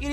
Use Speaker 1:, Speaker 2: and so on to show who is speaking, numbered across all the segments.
Speaker 1: It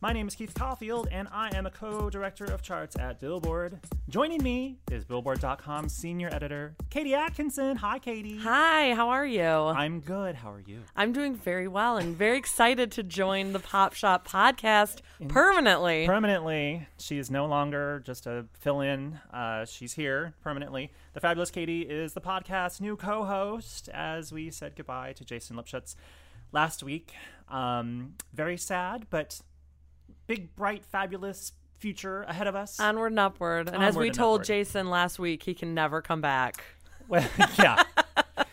Speaker 2: My name is Keith Caulfield, and I am a co director of charts at Billboard. Joining me is Billboard.com senior editor Katie Atkinson. Hi, Katie.
Speaker 3: Hi, how are you?
Speaker 2: I'm good. How are you?
Speaker 3: I'm doing very well and very excited to join the Pop Shop podcast permanently.
Speaker 2: Permanently, she is no longer just a fill in. Uh, she's here permanently. The fabulous Katie is the podcast's new co host as we said goodbye to Jason Lipschutz last week. Um, very sad, but big, bright, fabulous future ahead of us.
Speaker 3: Onward and upward. And as
Speaker 2: Onward
Speaker 3: we
Speaker 2: and
Speaker 3: told
Speaker 2: upward.
Speaker 3: Jason last week, he can never come back.
Speaker 2: Well, yeah.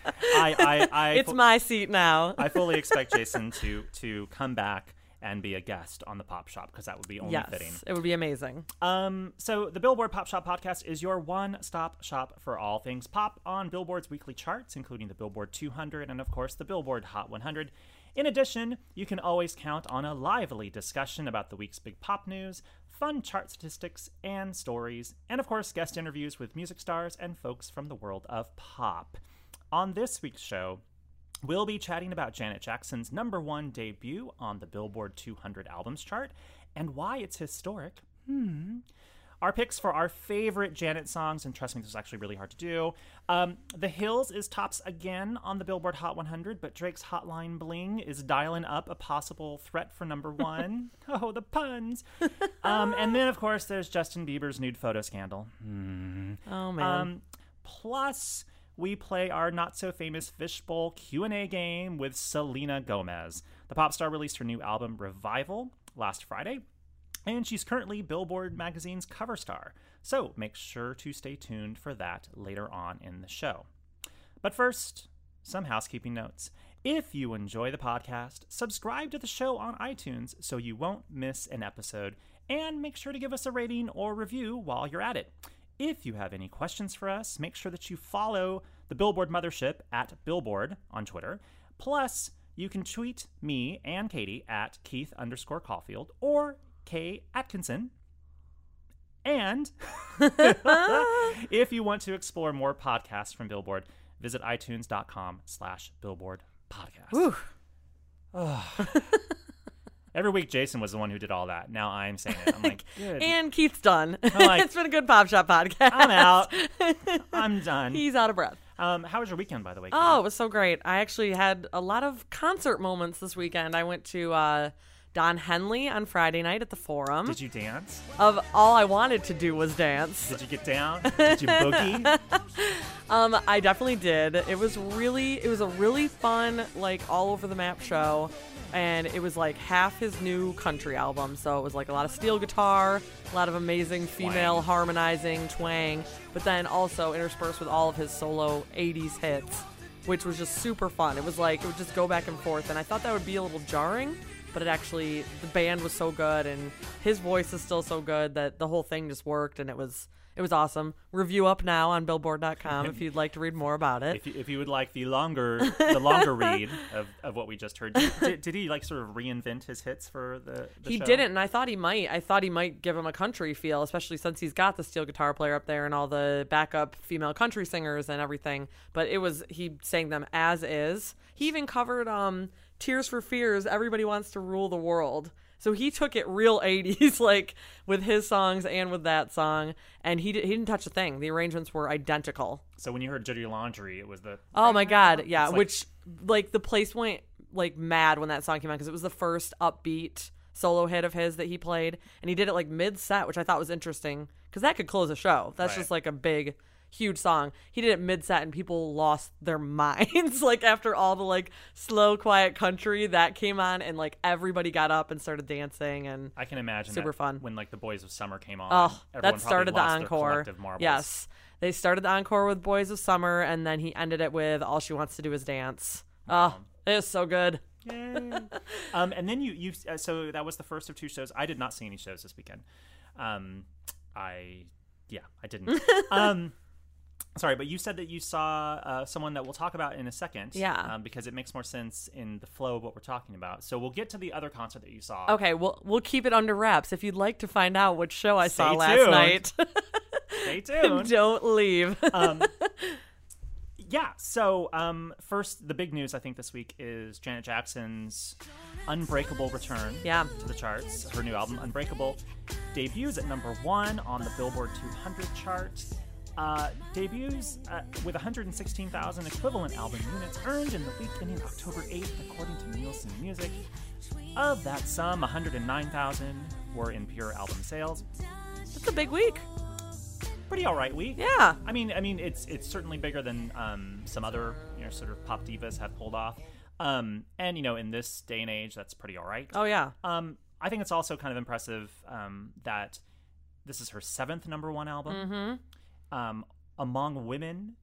Speaker 2: I, I, I,
Speaker 3: it's my seat now.
Speaker 2: I fully expect Jason to to come back and be a guest on the Pop Shop because that would be only
Speaker 3: yes,
Speaker 2: fitting.
Speaker 3: it would be amazing.
Speaker 2: Um, so the Billboard Pop Shop podcast is your one-stop shop for all things pop on Billboard's weekly charts, including the Billboard 200 and of course the Billboard Hot 100. In addition, you can always count on a lively discussion about the week's big pop news, fun chart statistics and stories, and of course guest interviews with music stars and folks from the world of pop. On this week's show, We'll be chatting about Janet Jackson's number one debut on the Billboard 200 albums chart and why it's historic. Hmm. Our picks for our favorite Janet songs, and trust me, this is actually really hard to do. Um, the Hills is tops again on the Billboard Hot 100, but Drake's Hotline Bling is dialing up a possible threat for number one. oh, the puns! Um, and then, of course, there's Justin Bieber's nude photo scandal.
Speaker 3: Oh, man.
Speaker 2: Um, plus, we play our not so famous fishbowl Q and A game with Selena Gomez. The pop star released her new album Revival last Friday, and she's currently Billboard magazine's cover star. So make sure to stay tuned for that later on in the show. But first, some housekeeping notes. If you enjoy the podcast, subscribe to the show on iTunes so you won't miss an episode, and make sure to give us a rating or review while you're at it. If you have any questions for us, make sure that you follow the Billboard Mothership at Billboard on Twitter. Plus, you can tweet me and Katie at Keith underscore Caulfield or K Atkinson. And if you want to explore more podcasts from Billboard, visit itunes.com slash billboard podcast. Ugh. Every week, Jason was the one who did all that. Now I'm saying it. I'm like, good.
Speaker 3: and Keith's done.
Speaker 2: like-
Speaker 3: it's been a good Pop Shop podcast.
Speaker 2: I'm out. I'm done.
Speaker 3: He's out of breath.
Speaker 2: Um, how was your weekend, by the way? Kate?
Speaker 3: Oh, it was so great. I actually had a lot of concert moments this weekend. I went to uh, Don Henley on Friday night at the Forum.
Speaker 2: did you dance?
Speaker 3: of all I wanted to do was dance.
Speaker 2: Did you get down? Did you boogie?
Speaker 3: Um, I definitely did. It was really, it was a really fun, like all over the map show, and it was like half his new country album. So it was like a lot of steel guitar, a lot of amazing female harmonizing twang, but then also interspersed with all of his solo '80s hits, which was just super fun. It was like it would just go back and forth, and I thought that would be a little jarring. But it actually, the band was so good, and his voice is still so good that the whole thing just worked, and it was it was awesome. Review up now on billboard.com if you'd like to read more about it.
Speaker 2: if, you, if you would like the longer the longer read of, of what we just heard, did, did he like sort of reinvent his hits for the? the
Speaker 3: He
Speaker 2: show?
Speaker 3: didn't, and I thought he might. I thought he might give him a country feel, especially since he's got the steel guitar player up there and all the backup female country singers and everything. But it was he sang them as is. He even covered um Tears for Fears, Everybody Wants to Rule the World. So he took it real 80s, like with his songs and with that song, and he, di- he didn't touch a thing. The arrangements were identical.
Speaker 2: So when you heard Dirty Laundry, it was the
Speaker 3: Oh my god, yeah.
Speaker 2: like-
Speaker 3: Which like the place went like mad when that song came out because it was the first upbeat solo hit of his that he played, and he did it like mid set, which I thought was interesting because that could close a show. That's just like a big, huge song. He did it mid set, and people lost their minds. like after all the like slow, quiet country that came on, and like everybody got up and started dancing and.
Speaker 2: I can imagine
Speaker 3: Super
Speaker 2: that
Speaker 3: fun.
Speaker 2: when like the Boys of Summer came on.
Speaker 3: Oh,
Speaker 2: everyone probably
Speaker 3: that started the
Speaker 2: lost their
Speaker 3: encore.
Speaker 2: collective marbles.
Speaker 3: Yes. They started the encore with Boys of Summer and then he ended it with All She Wants to Do Is Dance.
Speaker 2: Mm-hmm.
Speaker 3: Oh, it was so good.
Speaker 2: Um, and then you you uh, so that was the first of two shows. I did not see any shows this weekend. Um, I yeah, I didn't. um, sorry, but you said that you saw uh, someone that we'll talk about in a second.
Speaker 3: Yeah.
Speaker 2: um, because it makes more sense in the flow of what we're talking about. So we'll get to the other concert that you saw.
Speaker 3: Okay, we'll we'll keep it under wraps. If you'd like to find out what show I saw
Speaker 2: Stay
Speaker 3: last
Speaker 2: tuned.
Speaker 3: night,
Speaker 2: Stay tuned.
Speaker 3: don't leave.
Speaker 2: yeah so um first the big news i think this week is janet jackson's unbreakable return
Speaker 3: Yeah.
Speaker 2: to the charts her new album unbreakable debuts at number one on the billboard 200 chart uh, debuts uh, with 116,000 equivalent album units earned in the week ending October 8th, according to Nielsen Music. Of that sum, 109,000 were in pure album sales.
Speaker 3: it's a big week.
Speaker 2: Pretty all right week.
Speaker 3: Yeah.
Speaker 2: I mean, I mean, it's it's certainly bigger than um, some other you know sort of pop divas have pulled off, um, and you know in this day and age that's pretty all right.
Speaker 3: Oh yeah.
Speaker 2: Um, I think it's also kind of impressive um, that this is her seventh number one album. Um, among women,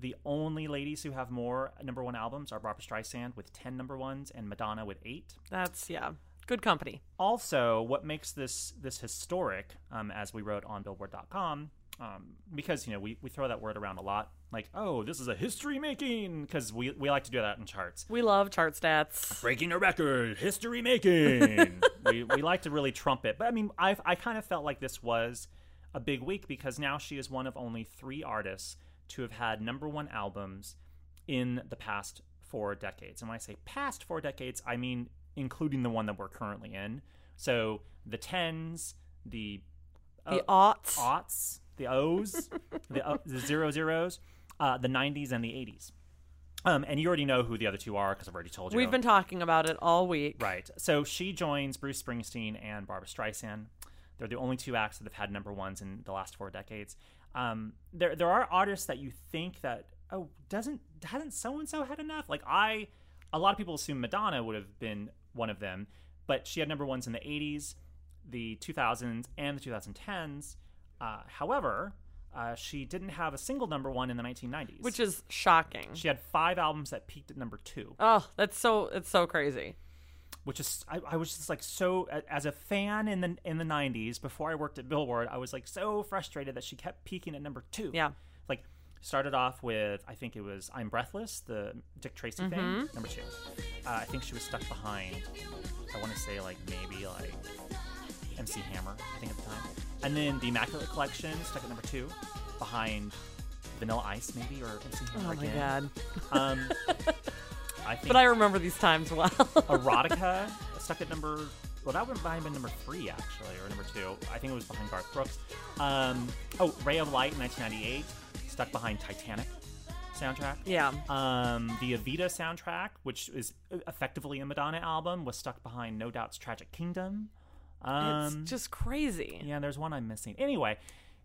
Speaker 2: the only ladies who have more number one albums are Barbra Streisand with ten number ones and Madonna with eight
Speaker 3: That's yeah. Good company.
Speaker 2: also what makes this this historic um, as we wrote on billboard.com um, because you know we, we throw that word around a lot like oh this is a history making because we, we like to do that in charts
Speaker 3: We love chart stats.
Speaker 2: breaking a record history making we, we like to really trump it but i mean i i kind of felt like this was a big week because now she is one of only three artists to have had number one albums in the past four decades. And when I say past four decades, I mean including the one that we're currently in. So the tens, the
Speaker 3: The
Speaker 2: uh,
Speaker 3: aughts.
Speaker 2: aughts, the O's, the, uh, the zero zeros, uh, the 90s, and the 80s. Um, and you already know who the other two are because I've already told you.
Speaker 3: We've been talking about it all week.
Speaker 2: Right. So she joins Bruce Springsteen and Barbara Streisand. They're the only two acts that have had number ones in the last four decades. Um, there, there are artists that you think that oh doesn't hasn't so and so had enough. Like I, a lot of people assume Madonna would have been one of them, but she had number ones in the '80s, the 2000s, and the 2010s. Uh, however, uh, she didn't have a single number one in the 1990s,
Speaker 3: Which is shocking.
Speaker 2: she had five albums that peaked at number two.
Speaker 3: Oh, that's so it's so crazy.
Speaker 2: which is I, I was just like so a- as a fan in the in the 90s before I worked at Billboard I was like so frustrated that she kept peaking at number 2
Speaker 3: Yeah.
Speaker 2: like started off with I think it was I'm Breathless the Dick Tracy
Speaker 3: Mm-hmm.
Speaker 2: thing number 2 uh, I think she was stuck behind I want to say like maybe like MC Hammer I think at the time and then the Immaculate Collection stuck at number 2 behind Vanilla Ice maybe or MC Hammer
Speaker 3: Oh my
Speaker 2: again
Speaker 3: god.
Speaker 2: um I think
Speaker 3: But I remember these times well.
Speaker 2: Erotica stuck at number. Well, that one might have been number three actually, or number two. I think it was behind Garth Brooks. Um, oh, Ray of Light, 1998, stuck behind Titanic soundtrack.
Speaker 3: yeah.
Speaker 2: Um, the Evita soundtrack, which is effectively a Madonna album, was stuck behind No Doubt's Tragic Kingdom.
Speaker 3: It's
Speaker 2: Um,
Speaker 3: just crazy.
Speaker 2: yeah, there's one I'm missing. Anyway,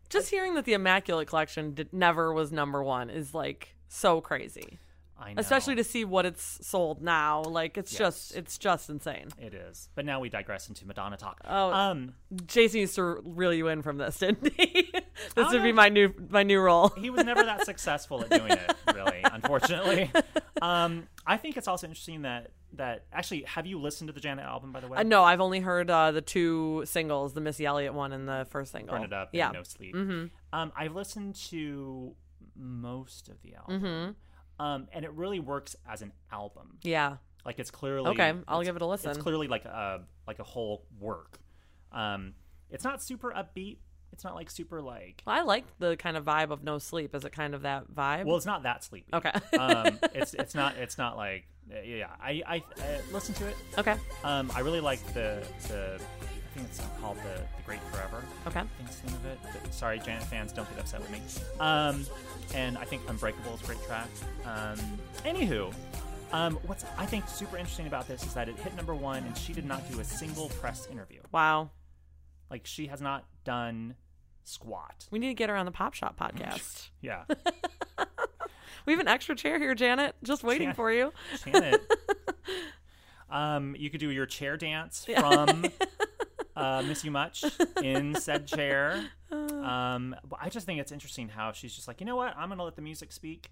Speaker 3: Just hearing that the Immaculate Collection did, never was number one is like so crazy.
Speaker 2: I know.
Speaker 3: Especially to see what it's sold now, like it's just it's just insane.
Speaker 2: It is, but now we digress into Madonna talk.
Speaker 3: Oh.
Speaker 2: um,
Speaker 3: Jason used to reel you in from this, didn't he? this
Speaker 2: don't
Speaker 3: would be
Speaker 2: know.
Speaker 3: my new my new role.
Speaker 2: he was never that successful at doing it, really, unfortunately. Um, I think it's also interesting that that actually, have you listened to the Janet album by the way?
Speaker 3: Uh, no, I've only heard uh, the two singles, the Missy Elliott one and the first single.
Speaker 2: Burn it up.
Speaker 3: Yeah, Mm-hmm.
Speaker 2: And no sleep. Um, I've listened to most of the album,
Speaker 3: Mm-hmm.
Speaker 2: um, and it really works as an album.
Speaker 3: yeah.
Speaker 2: Like it's clearly
Speaker 3: Okay, I'll
Speaker 2: it's-
Speaker 3: give it a listen.
Speaker 2: It's clearly like a like a whole work. Um, it's not super upbeat. It's not like super like.
Speaker 3: Well, I like the kind of vibe of No Sleep. Is it kind of that vibe?
Speaker 2: Well, it's not that sleepy.
Speaker 3: Okay.
Speaker 2: um, it's it's not it's not like Uh, yeah, I, I, I listened to it.
Speaker 3: Okay.
Speaker 2: Um, I really like the the. I think it's called the, the Great Forever.
Speaker 3: Okay.
Speaker 2: I think it's the name of it. But sorry, Janet fans, don't get upset with me. Um, and I think Unbreakable is a great track. Um, anywho, um, what's I think super interesting about this is that it hit number one, and she did not do a single press interview.
Speaker 3: Wow.
Speaker 2: Like she has not done squat.
Speaker 3: We need to get her on the Pop Shop podcast.
Speaker 2: Yeah.
Speaker 3: we have an extra chair here, Janet, just waiting
Speaker 2: Jan-
Speaker 3: for you.
Speaker 2: Janet. um, you could do your chair dance from uh, Miss You Much in said chair.
Speaker 3: Uh.
Speaker 2: Um, but I just think it's interesting how she's just like, you know what? I'm gonna let the music speak,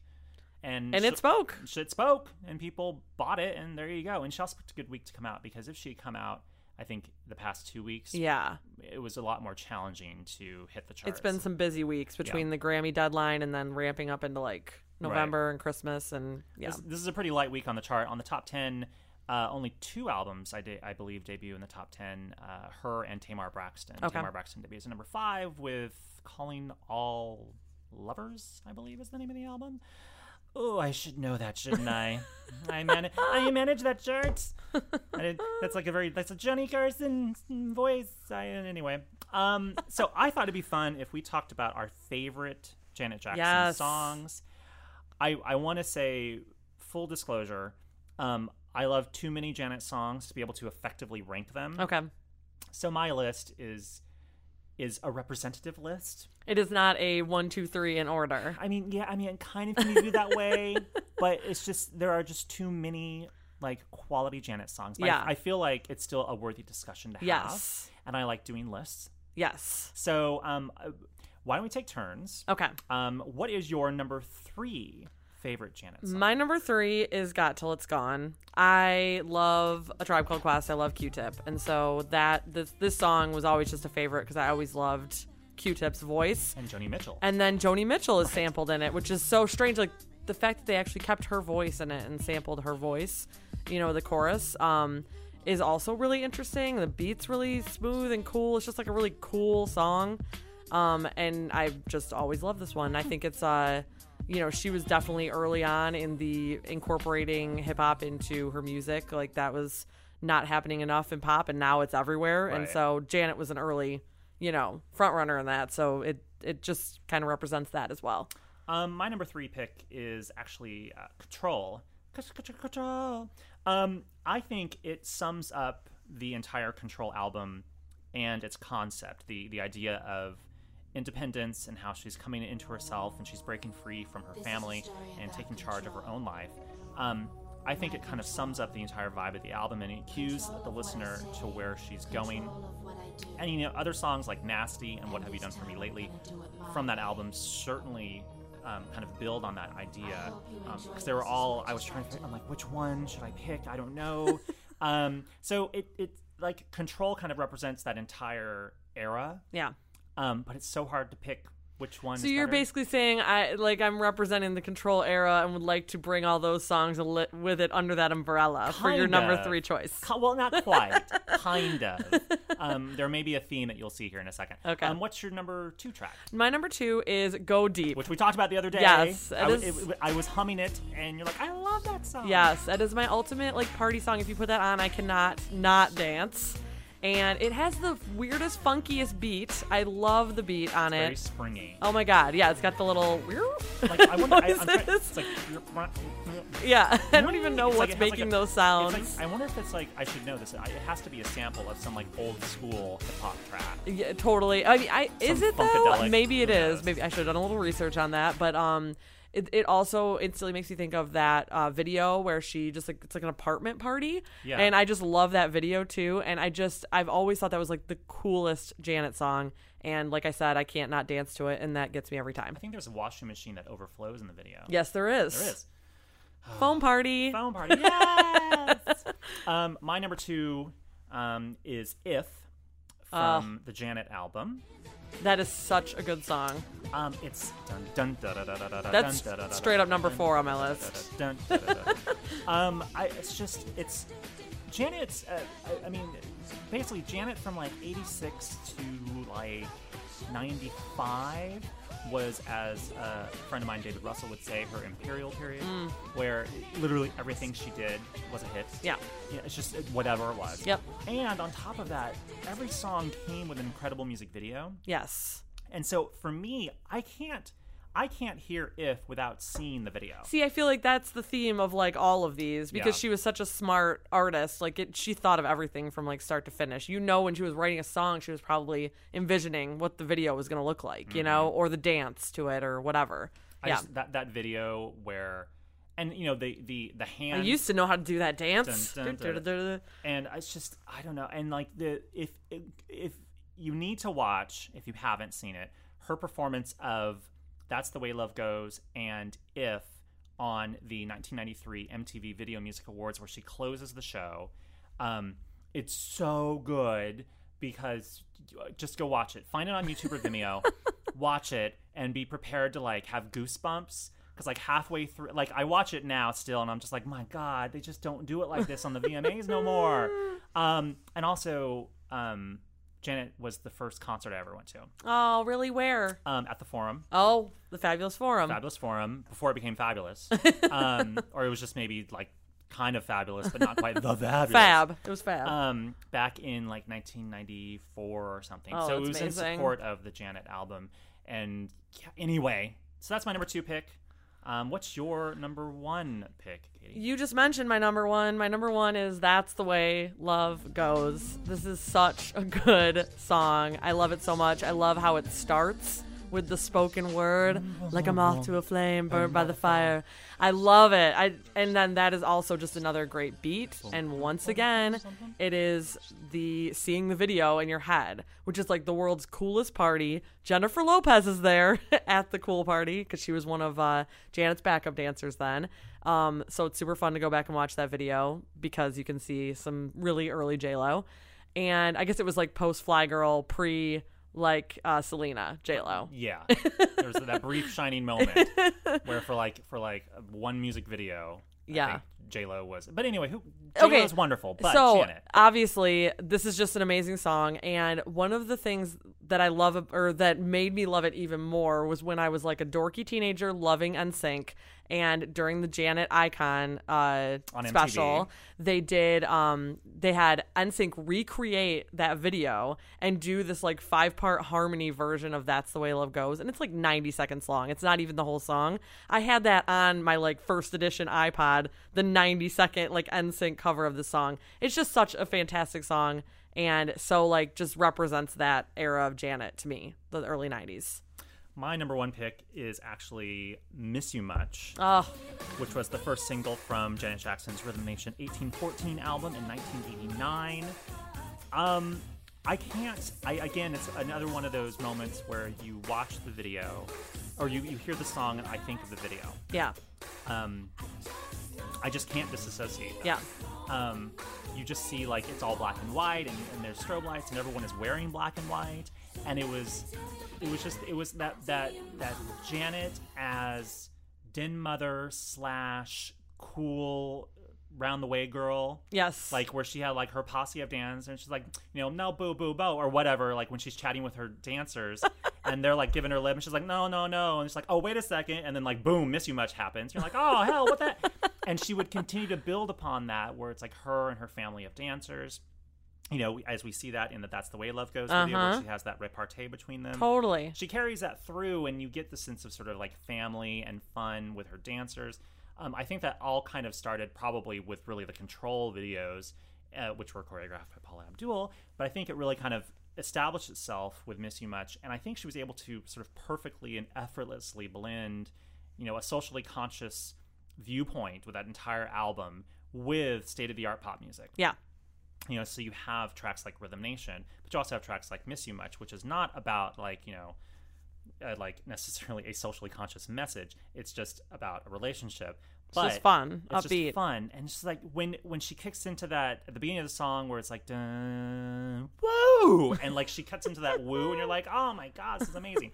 Speaker 2: and
Speaker 3: And
Speaker 2: sh-
Speaker 3: it spoke.
Speaker 2: Shit spoke, and people bought it, and there you go. And she also picked a good week to come out because if she had come out, I think the past two weeks,
Speaker 3: Yeah.
Speaker 2: it was a lot more challenging to hit the charts.
Speaker 3: It's been some busy weeks between the Grammy deadline and then ramping up into like November and Christmas and yeah.
Speaker 2: This, this is a pretty light week on the chart. On the top ten, uh, only two albums I, de- I believe debut in the top ten. Uh, her and Tamar Braxton.
Speaker 3: Okay.
Speaker 2: Tamar Braxton debuts at number five with "Calling All Lovers," I believe is the name of the album. Oh, I should know that, shouldn't I? I manage. I manage that chart. I did- that's like a very that's a Johnny Carson voice. I, anyway, um, so I thought it'd be fun if we talked about our favorite Janet Jackson
Speaker 3: Yes.
Speaker 2: songs. I I want to say full disclosure. Um, I love too many Janet songs to be able to effectively rank them.
Speaker 3: Okay.
Speaker 2: So my list is is a representative list.
Speaker 3: It is not a one, two, three in order.
Speaker 2: I mean, yeah, I mean, it kind of can you do that way, but it's just there are just too many like quality Janet songs. But I-
Speaker 3: Yeah.
Speaker 2: I, feel like it's still a worthy discussion to have.
Speaker 3: Yes.
Speaker 2: and I like doing lists.
Speaker 3: Yes.
Speaker 2: So, um, uh, why don't we take turns?
Speaker 3: Okay.
Speaker 2: Um, what is your number three favorite Janet song?
Speaker 3: My number three is Got Till It's Gone. I love A Tribe Called Quest. I love Q-Tip. And so that this, this song was always just a favorite because I always loved Q-Tip's voice.
Speaker 2: and Joni Mitchell.
Speaker 3: And then Joni Mitchell is sampled in it, which is so strange. Like the fact that they actually kept her voice in it and sampled her voice, you know, the chorus, um, is also really interesting. The beat's really smooth and cool. It's just like a really cool song. Um, and I just always love this one. I think it's uh you know, she was definitely early on in the incorporating hip hop into her music. Like that was not happening enough in pop and now it's everywhere. And
Speaker 2: Right.
Speaker 3: so Janet was an early, you know, front runner in that. So it it just kind of represents that as well.
Speaker 2: Um, my number three pick is actually uh, Control. Control. Um, I think it sums up the entire Control album and its concept. The the idea of independence and how she's coming into herself and she's breaking free from her family and taking charge of her own life. Um, I think it kind of sums up the entire vibe of the album and it cues the listener to where she's going. And you know, other songs like Nasty and What Have You Done For Me Lately from that album certainly um, kind of build on that idea. Because they were all, I was trying to think, I'm like, which one should I pick? I don't know. um, so it, it, like, Control kind of represents that entire era,
Speaker 3: Yeah.
Speaker 2: um, but it's so hard to pick which one.
Speaker 3: So
Speaker 2: is
Speaker 3: you're
Speaker 2: better.
Speaker 3: basically saying I like I'm representing the control era and would like to bring all those songs li- with it under that umbrella for your
Speaker 2: Kind
Speaker 3: number
Speaker 2: of.
Speaker 3: three choice.
Speaker 2: Ki- well, not quite. kind of. Um, there may be a theme that you'll see here in a second.
Speaker 3: Okay.
Speaker 2: Um, what's your number two track?
Speaker 3: My number two is Go Deep.
Speaker 2: Which we talked about the other day.
Speaker 3: Yes, it
Speaker 2: I, was-
Speaker 3: is-
Speaker 2: it- I was humming it, and you're like, I love that song.
Speaker 3: Yes, that is my ultimate like party song. If you put that on, I cannot not dance. And it has the weirdest, funkiest beat. I love the beat on
Speaker 2: Very
Speaker 3: it.
Speaker 2: springy.
Speaker 3: Oh my god, yeah, it's got the little
Speaker 2: Like I wonder,
Speaker 3: What
Speaker 2: I,
Speaker 3: is
Speaker 2: I'm trying,
Speaker 3: this?
Speaker 2: it's like
Speaker 3: Yeah, I don't even know
Speaker 2: It's like
Speaker 3: what's
Speaker 2: it has like
Speaker 3: making
Speaker 2: a-
Speaker 3: those
Speaker 2: it's
Speaker 3: sounds.
Speaker 2: Like, I wonder if it's like I should know this. I, it has to be a sample of some like old school hip hop track.
Speaker 3: Yeah, totally. I mean, I is
Speaker 2: Some
Speaker 3: it though?
Speaker 2: funkadelic,
Speaker 3: Maybe it
Speaker 2: who
Speaker 3: is.
Speaker 2: knows?
Speaker 3: Maybe I should have done a little research on that. But um, it, it also instantly makes me think of that uh, video where she just like it's like an apartment party.
Speaker 2: Yeah.
Speaker 3: And I just love that video too. And I just I've always thought that was like the coolest Janet song. And like I said, I can't not dance to it, and that gets me every time.
Speaker 2: I think there's a washing machine that overflows in the video.
Speaker 3: Yes, there is.
Speaker 2: there is.
Speaker 3: Foam party.
Speaker 2: Phone party. Yes. um, my number two um, is "If"
Speaker 3: Uh.
Speaker 2: from the Janet album.
Speaker 3: That is such a good song.
Speaker 2: Um, it's dun dun da da da da da.
Speaker 3: That's
Speaker 2: dun, da, da, da,
Speaker 3: straight
Speaker 2: da,
Speaker 3: up number
Speaker 2: dun,
Speaker 3: four on my
Speaker 2: da, da,
Speaker 3: list.
Speaker 2: da, da, dun, da, da, da. um, I, it's just it's Janet's. Uh, I, I mean, basically Janet from like '86 to like '95 was, as a friend of mine, David Russell, would say, her imperial period,
Speaker 3: Mm.
Speaker 2: where literally everything she did was a hit.
Speaker 3: Yeah.
Speaker 2: yeah it's just it- whatever it was.
Speaker 3: Yep.
Speaker 2: And on top of that, every song came with an incredible music video.
Speaker 3: Yes.
Speaker 2: And so for me, I can't. I can't hear if without seeing the video.
Speaker 3: See, I feel like that's the theme of like all of these because
Speaker 2: Yeah.
Speaker 3: she was such a smart artist. Like it, she thought of everything from like start to finish. You know, when she was writing a song, she was probably envisioning what the video was going to look like, you know, or the dance to it or whatever.
Speaker 2: Mm-hmm. I
Speaker 3: yeah.
Speaker 2: just, that that video where, and you know the the the
Speaker 3: I
Speaker 2: hand.
Speaker 3: used to know how to do that dance.
Speaker 2: Dun, dun, dun.
Speaker 3: Du-du-du-du-du.
Speaker 2: and it's just I don't know. And like the if if you need to watch if you haven't seen it, her performance of "That's the Way Love Goes" and "If" on the 1993 MTV Video Music Awards, where she closes the show. Um, it's so good because uh, just go watch it. Find it on YouTube or Vimeo. watch it and be prepared to like have goosebumps because like halfway through like i watch it now still and i'm just like my god they just don't do it like this on the vmas no more um and also um janet was the first concert i ever went to
Speaker 3: Oh, really? Where?
Speaker 2: um at the forum
Speaker 3: Oh, the Fabulous Forum.
Speaker 2: fabulous forum before it became fabulous um or it was just maybe like kind of fabulous but not quite the fabulous
Speaker 3: Fab. It was Fab.
Speaker 2: um, back in like 1994 or something.
Speaker 3: Oh,
Speaker 2: so it
Speaker 3: that's
Speaker 2: was in
Speaker 3: amazing.
Speaker 2: support of the Janet album. And yeah, anyway, so that's my number two pick. Um, what's your number one pick, Katie?
Speaker 3: You just mentioned my number one. My number one is That's the Way Love Goes. This is such a good song. I love it so much. I love how it starts with the spoken word, like a moth to a flame, burned by the fire. I love it. I and then that is also just another great beat. And once again, it is the seeing the video in your head, which is like the world's coolest party. Jennifer Lopez is there at the cool party because she was one of uh, Janet's backup dancers then. Um, so it's super fun to go back and watch that video because you can see some really early J Lo, and I guess it was like post Fly Girl, pre like uh, Selena J Lo.
Speaker 2: Yeah, there was that brief shining moment where for like for like one music video,
Speaker 3: Yeah.
Speaker 2: J Lo was. But anyway, who J
Speaker 3: Okay.
Speaker 2: Lo is wonderful, but
Speaker 3: so
Speaker 2: Janet.
Speaker 3: obviously this is just an amazing song and one of the things that i love ab- or that made me love it even more was when i was like a dorky teenager loving nsync and during the janet icon uh
Speaker 2: On MTV.
Speaker 3: special they did um they had nsync recreate that video and do this like five part harmony version of that's the way love goes and it's like 90 seconds long it's not even the whole song i had that on my like first edition ipod the 90 second like nsync cover of the song it's just such a fantastic song and so like just represents that era of janet to me the early 90s
Speaker 2: My number one pick is actually "Miss You Much."
Speaker 3: oh
Speaker 2: which was the first single from Janet Jackson's Rhythm Nation 1814 album in 1989. Um, I can't. I again, it's another one of those moments where you watch the video, or you, you hear the song, and I think of the video.
Speaker 3: yeah
Speaker 2: Um, I just can't disassociate. them.
Speaker 3: yeah
Speaker 2: Um, you just see like it's all black and white, and, and there's strobe lights, and everyone is wearing black and white, and it was, it was just it was that that that Janet as den mother slash cool round the way girl.
Speaker 3: yes
Speaker 2: Like where she had like her posse of dance, and she's like, you know, no boo boo bo or whatever. Like when she's chatting with her dancers, and they're like giving her lip, and she's like, no no no, and she's like, oh wait a second, and then like boom, miss you much happens. You're like, oh hell, what that? and she would continue to build upon that, where it's like her and her family of dancers. You know, as we see that in the "That's the Way Love Goes" video, where she has that repartee between them.
Speaker 3: Uh-huh. totally
Speaker 2: She carries that through, and you get the sense of sort of like family and fun with her dancers. Um, I think that all kind of started probably with really the control videos, uh, which were choreographed by Paula Abdul, but I think it really kind of established itself with Miss You Much. And I think she was able to sort of perfectly and effortlessly blend, you know, a socially conscious viewpoint with that entire album with state of the art pop music
Speaker 3: yeah
Speaker 2: you know so you have tracks like rhythm nation but you also have tracks like miss you much which is not about like you know uh, like necessarily a socially conscious message it's just about a relationship but
Speaker 3: just fun,
Speaker 2: it's
Speaker 3: upbeat.
Speaker 2: just fun and it's just like when when she kicks into that at the beginning of the song where it's like dun, woo and like she cuts into that woo and you're like oh my god this is amazing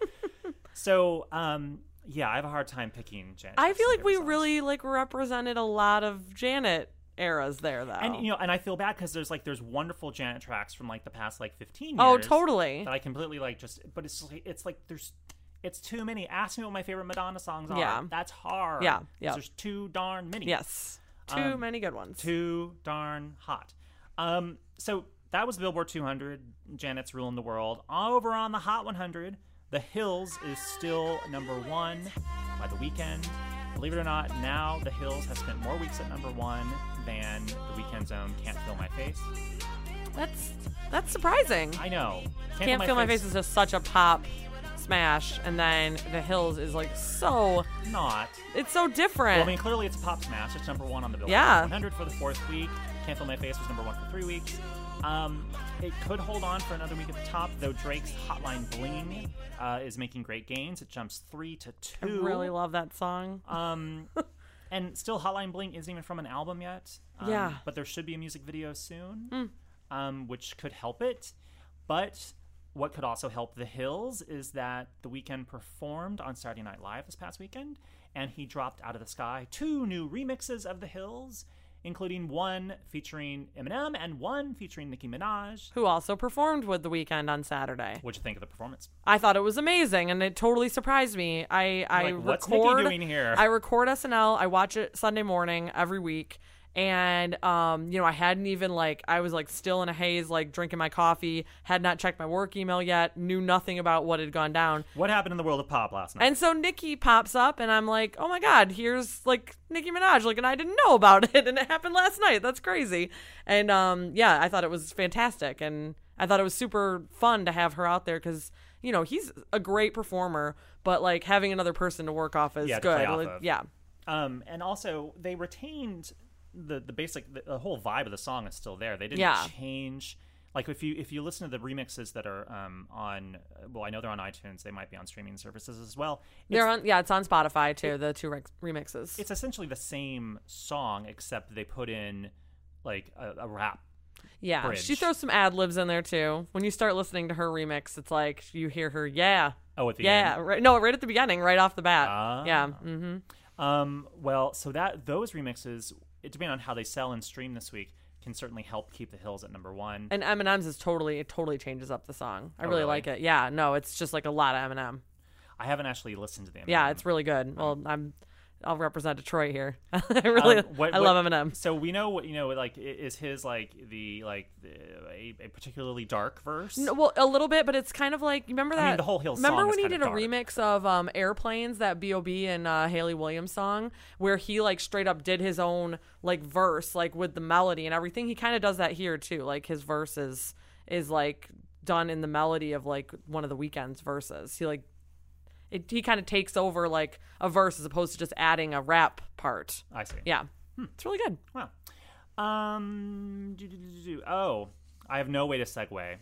Speaker 2: so um yeah i have a hard time picking Janet
Speaker 3: I feel
Speaker 2: Jackson's
Speaker 3: like we
Speaker 2: favorite songs.
Speaker 3: really like represented a lot of Janet eras there, though.
Speaker 2: And you know, and I feel bad because there's like there's wonderful Janet tracks from like the past like 15 years.
Speaker 3: Oh, totally.
Speaker 2: That I completely like just, but it's just, like- it's like there's, It's too many. Ask me what my favorite Madonna songs are.
Speaker 3: Yeah.
Speaker 2: That's hard.
Speaker 3: Yeah,
Speaker 2: 'cause
Speaker 3: yeah.
Speaker 2: There's too darn many.
Speaker 3: Yes. Too many good ones.
Speaker 2: Um, Too darn hot. Um, so that was Billboard 200. Janet's ruling the world. Over on the Hot 100, The Hills is still number one by The Weeknd. Believe it or not, now The Hills has spent more weeks at number one than The Weeknd's own Can't Feel My Face.
Speaker 3: That's that's surprising.
Speaker 2: I know.
Speaker 3: Can't feel my face is just such a pop smash, and then The Hills is like so.
Speaker 2: not.
Speaker 3: It's so different.
Speaker 2: Well, I mean, clearly it's a pop smash. It's number one on the Billboard
Speaker 3: Yeah.
Speaker 2: 100 for the fourth week. Can't Feel My Face was number one for three weeks. Um, it could hold on for another week at the top, though Drake's Hotline Bling uh, is making great gains. It jumps three to
Speaker 3: I
Speaker 2: two.
Speaker 3: really love that song.
Speaker 2: Um, and still, Hotline Bling isn't even from an album yet. Um,
Speaker 3: Yeah.
Speaker 2: But there should be a music video soon, um, which could help it. But what could also help The Hills is that The Weeknd performed on Saturday Night Live this past weekend, and he dropped out of the sky two new remixes of The Hills, including one featuring Eminem and one featuring Nicki Minaj.
Speaker 3: Who also performed with The Weeknd on Saturday.
Speaker 2: What'd you think of the performance?
Speaker 3: I thought it was amazing, and it totally surprised me. I I
Speaker 2: like, "What's Nikki
Speaker 3: record
Speaker 2: doing here?"
Speaker 3: I record SNL. I watch it Sunday morning every week, and um, you know, I hadn't even like I was like still in a haze, like drinking my coffee, had not checked my work email yet, knew nothing about what had gone down.
Speaker 2: What happened in the world of pop last night?
Speaker 3: And so Nikki pops up, and I'm like, oh my God, here's like Nicki Minaj. Like, and I didn't know about it, and it happened last night. That's crazy. And um, yeah, I thought it was fantastic. And I thought it was super fun to have her out there because, you know, he's a great performer, but like having another person to work off is
Speaker 2: Yeah, to
Speaker 3: good.
Speaker 2: play off
Speaker 3: Like,
Speaker 2: of.
Speaker 3: Yeah.
Speaker 2: Um, and also they retained the the basic the, the whole vibe of the song is still there. They didn't
Speaker 3: Yeah.
Speaker 2: change. Like if you if you listen to the remixes that are um, on well I know they're on iTunes they might be on streaming services as well.
Speaker 3: They're on, yeah, it's on Spotify too, the two rex- remixes.
Speaker 2: It's essentially the same song except they put in like a, a rap.
Speaker 3: Yeah. She
Speaker 2: Bridge.
Speaker 3: throws some ad libs in there too. When you start listening to her remix, it's like you hear her, yeah.
Speaker 2: Oh, at the
Speaker 3: yeah,
Speaker 2: end. Ah.
Speaker 3: right, no, right at the beginning, right off the bat. yeah, hmm
Speaker 2: Um, well, so that those remixes, it, depending on how they sell and stream this week, can certainly help keep the hills at number one.
Speaker 3: And Eminem's is totally it totally changes up the song. I really,
Speaker 2: Oh, really?
Speaker 3: like it. Yeah, no, it's just like a lot of Eminem.
Speaker 2: I haven't actually listened to them.
Speaker 3: Yeah, it's really good. Well, I'm I'll represent Detroit here. I really
Speaker 2: Um, what-
Speaker 3: I
Speaker 2: what-
Speaker 3: love Eminem.
Speaker 2: So we know what you know. Like, i- is his like the like the, a, a particularly dark verse?
Speaker 3: No, well, a little bit, but it's kind of like you remember
Speaker 2: I
Speaker 3: that
Speaker 2: mean, the whole Hill
Speaker 3: Remember
Speaker 2: song
Speaker 3: when
Speaker 2: is
Speaker 3: he
Speaker 2: kind
Speaker 3: did
Speaker 2: of dark.
Speaker 3: a remix of um, Airplanes that B.O.B. and uh, Haley Williams song where he like straight up did his own like verse like with the melody and everything. He kind of does that here too. Like his verses is like done in the melody of like one of the weekend's verses. He like it, he kind of takes over like a verse as opposed to just adding a rap part.
Speaker 2: I see.
Speaker 3: Yeah.
Speaker 2: Hmm.
Speaker 3: It's really good.
Speaker 2: Wow. Um. do, do, do, do. Oh, I have no way to segue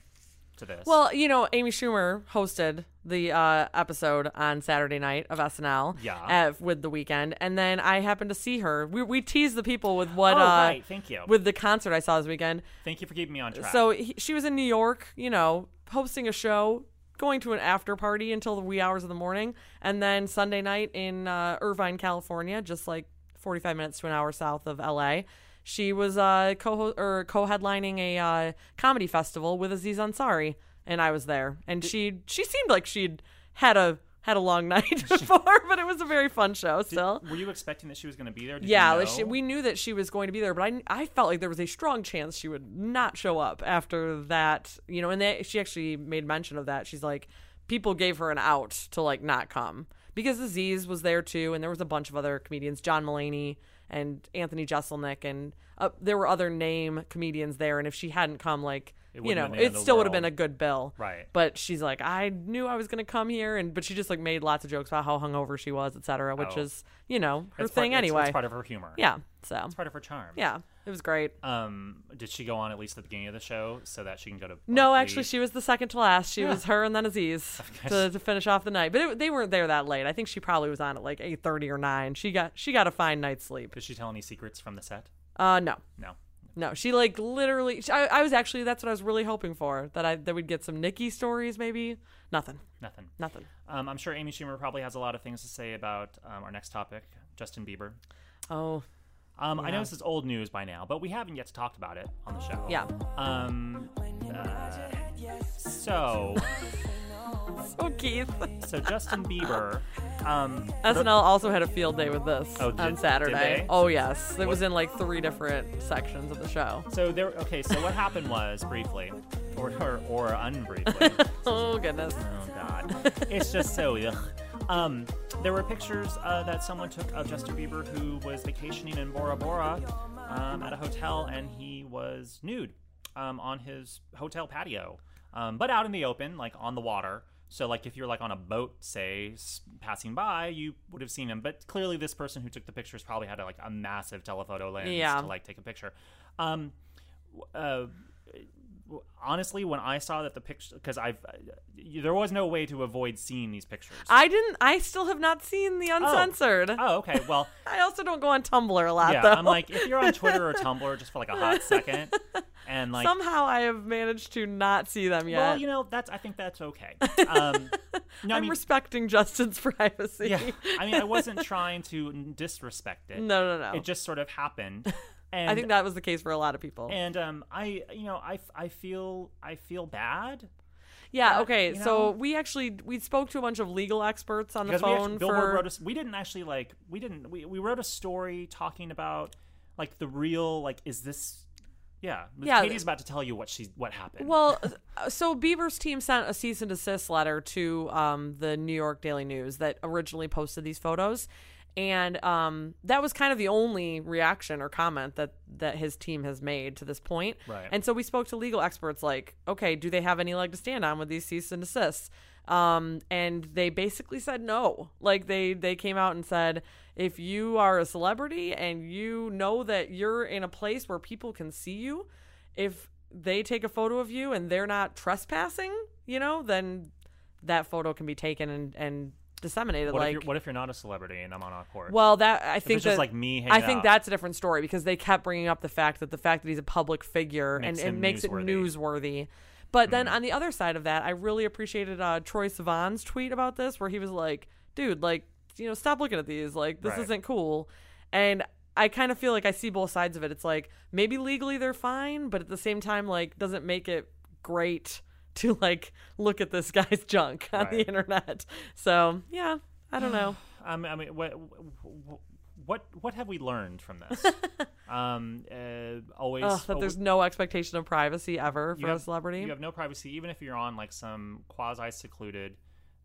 Speaker 2: to this.
Speaker 3: Well, you know, Amy Schumer hosted the uh, episode on Saturday night of SNL
Speaker 2: Yeah.
Speaker 3: uh, with the weekend, and then I happened to see her. We we teased the people with what
Speaker 2: Oh,
Speaker 3: uh,
Speaker 2: right. Thank you.
Speaker 3: with the concert I saw this weekend.
Speaker 2: Thank you for keeping me on track.
Speaker 3: So he, she was in New York, you know, hosting a show, going to an after party until the wee hours of the morning, and then Sunday night in uh, Irvine, California, just like 45 minutes to an hour south of LA. She was uh, co or co-headlining a uh, comedy festival with Aziz Ansari, and I was there. And she she seemed like she'd had a had a long night before, but it was a very fun show. Still,
Speaker 2: were you expecting that she was going to be there? Did you
Speaker 3: yeah, like
Speaker 2: know?
Speaker 3: she, we knew that she was going to be there, but I, I felt like there was a strong chance she would not show up after that, you know. And they, she actually made mention of that. She's like, people gave her an out to like not come because Aziz was there too, and there was a bunch of other comedians, John Mulaney and Anthony Jeselnik, and uh, there were other name comedians there. And if she hadn't come, like you
Speaker 2: wouldn't
Speaker 3: know,
Speaker 2: have been the end
Speaker 3: it
Speaker 2: of the
Speaker 3: still would have been a
Speaker 2: world.
Speaker 3: good bill,
Speaker 2: Right.
Speaker 3: But she's like, I knew I was going to come here, and but she just like made lots of jokes about how hungover she was, et cetera, which
Speaker 2: Oh.
Speaker 3: is you know her
Speaker 2: It's part-
Speaker 3: thing
Speaker 2: it's-
Speaker 3: anyway.
Speaker 2: It's part of her humor.
Speaker 3: Yeah. So
Speaker 2: It's part of her charm.
Speaker 3: yeah, it was great.
Speaker 2: Um. Did she go on at least at the beginning of the show so that she can go to?
Speaker 3: no,
Speaker 2: like,
Speaker 3: actually,
Speaker 2: the-
Speaker 3: she was the second to last. She was her and then Aziz to, to finish off the night. But it, they weren't there that late. I think she probably was on at like eight thirty or nine. She got she got a fine night's sleep.
Speaker 2: Did she tell any secrets from the set?
Speaker 3: Uh, no,
Speaker 2: No.
Speaker 3: no, she like literally. She, I, I was actually that's what I was really hoping for that I that we'd get some Nikki stories maybe. Nothing,
Speaker 2: Nothing.
Speaker 3: nothing.
Speaker 2: Um, I'm sure Amy Schumer probably has a lot of things to say about um, our next topic, Justin Bieber.
Speaker 3: Oh
Speaker 2: Um, I know this is old news by now, but we haven't yet talked about it Um, on the show.
Speaker 3: yeah,
Speaker 2: Um, uh, so
Speaker 3: So Oh, Keith,
Speaker 2: So Justin Bieber, um,
Speaker 3: SNL also had a field day with this
Speaker 2: Oh, did-
Speaker 3: on
Speaker 2: did
Speaker 3: Saturday.
Speaker 2: they?
Speaker 3: Oh yes, it was in like three different sections of the show.
Speaker 2: so there. Okay, so what happened was briefly, or or, or unbriefly.
Speaker 3: Oh goodness.
Speaker 2: Oh God, it's just so ugh. Um, there were pictures uh, that someone took of Justin Bieber who was vacationing in Bora Bora um, at a hotel, and he was nude um, on his hotel patio, um, but out in the open, like on the water. So, like, if you're like on a boat, say, s- passing by, you would have seen him. But clearly, this person who took the pictures probably had like a massive telephoto lens
Speaker 3: Yeah.
Speaker 2: to like take a picture. Um, w- uh, honestly, when I saw that the picture, because I've y- there was no way to avoid seeing these pictures.
Speaker 3: I didn't. I still have not seen the uncensored.
Speaker 2: oh, okay. Well,
Speaker 3: I also don't go on Tumblr a lot
Speaker 2: yeah.
Speaker 3: though.
Speaker 2: I'm like, if you're on Twitter or Tumblr, just for like a hot second, and like,
Speaker 3: somehow I have managed to not see them yet.
Speaker 2: well, you know, that's I think that's okay. Um, no, I
Speaker 3: I'm
Speaker 2: mean,
Speaker 3: respecting Justin's privacy.
Speaker 2: yeah. I mean, I wasn't trying to n- disrespect it.
Speaker 3: No, no, no.
Speaker 2: It just sort of happened. And
Speaker 3: I think that was the case for a lot of people.
Speaker 2: And um, I, you know, I, f- I feel, I feel bad
Speaker 3: yeah. Okay.
Speaker 2: you know-
Speaker 3: So we actually we spoke to a bunch of legal experts on the
Speaker 2: because we
Speaker 3: phone
Speaker 2: actually, Billboard
Speaker 3: for
Speaker 2: wrote us. We didn't actually like. We didn't. We, we wrote a story talking about like the real like. Is this? Yeah.
Speaker 3: Yeah,
Speaker 2: Katie's
Speaker 3: th-
Speaker 2: about to tell you what she what happened.
Speaker 3: Well, uh, so Bieber's team sent a cease and desist letter to um, the New York Daily News that originally posted these photos, and um, that was kind of the only reaction or comment that that his team has made to this point.
Speaker 2: Right.
Speaker 3: And so we spoke to legal experts, like, okay, do they have any leg to stand on with these cease and desists? Um, and they basically said no. Like they they came out and said. If you are a celebrity and you know that you're in a place where people can see you, if they take a photo of you and they're not trespassing, you know, then that photo can be taken and, and disseminated.
Speaker 2: what, if
Speaker 3: like,
Speaker 2: you're, what if you're not a celebrity and I'm on a court?
Speaker 3: well, that I think
Speaker 2: it's just,
Speaker 3: that-
Speaker 2: like, me hanging
Speaker 3: I think
Speaker 2: out.
Speaker 3: that's a different story because they kept bringing up the fact that the fact that he's a public figure
Speaker 2: Makes
Speaker 3: and it
Speaker 2: him Mm-hmm.
Speaker 3: makes it newsworthy. But then on the other side of that, I really appreciated uh, Troy Sivan's tweet about this, where he was like, "Dude, like, you know, stop looking at these. Like, this
Speaker 2: Right.
Speaker 3: isn't cool." And I kind of feel like I see both sides of it. It's like maybe legally they're fine, but at the same time, like, doesn't make it great to like look at this guy's junk on the
Speaker 2: Right.
Speaker 3: internet. So yeah, I don't know.
Speaker 2: um, I mean, what, what what have we learned from this? um, uh, always
Speaker 3: Ugh, that
Speaker 2: always-
Speaker 3: there's no expectation of privacy ever
Speaker 2: you
Speaker 3: for
Speaker 2: have-
Speaker 3: a celebrity.
Speaker 2: You have no privacy, even if you're on like some quasi secluded,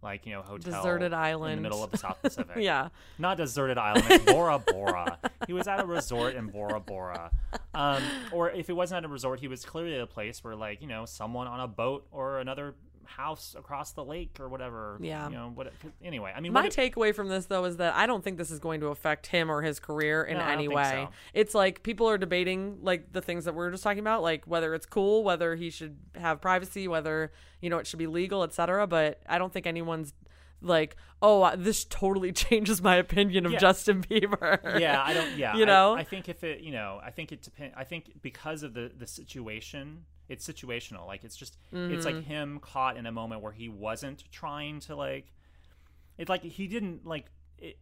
Speaker 2: like you know, hotel,
Speaker 3: Deserted
Speaker 2: in
Speaker 3: island.
Speaker 2: the middle of the South Pacific.
Speaker 3: Yeah.
Speaker 2: not deserted island, it's Bora Bora. he was at a resort in Bora Bora, um, or if he wasn't at a resort, he was clearly at a place where like you know, someone on a boat or another house across the lake or whatever.
Speaker 3: Yeah.
Speaker 2: you know what? Anyway, I mean,
Speaker 3: My
Speaker 2: what-
Speaker 3: takeaway from this, though, is that I don't think this is going to affect him or his career in
Speaker 2: No, I don't
Speaker 3: any
Speaker 2: think
Speaker 3: way.
Speaker 2: so.
Speaker 3: It's like people are debating like the things that we are just talking about, like whether it's cool, whether he should have privacy, whether you know it should be legal, etc. But I don't think anyone's like, oh, uh, this totally changes my opinion of
Speaker 2: Yeah.
Speaker 3: Justin Bieber.
Speaker 2: yeah, I don't. Yeah,
Speaker 3: You
Speaker 2: I-
Speaker 3: know?
Speaker 2: I, think if it, you know, I think it depends. I think because of the the situation, it's situational. Like it's just, it's like
Speaker 3: Mm-hmm.
Speaker 2: him caught in a moment where he wasn't trying to like. It's like he didn't like. It,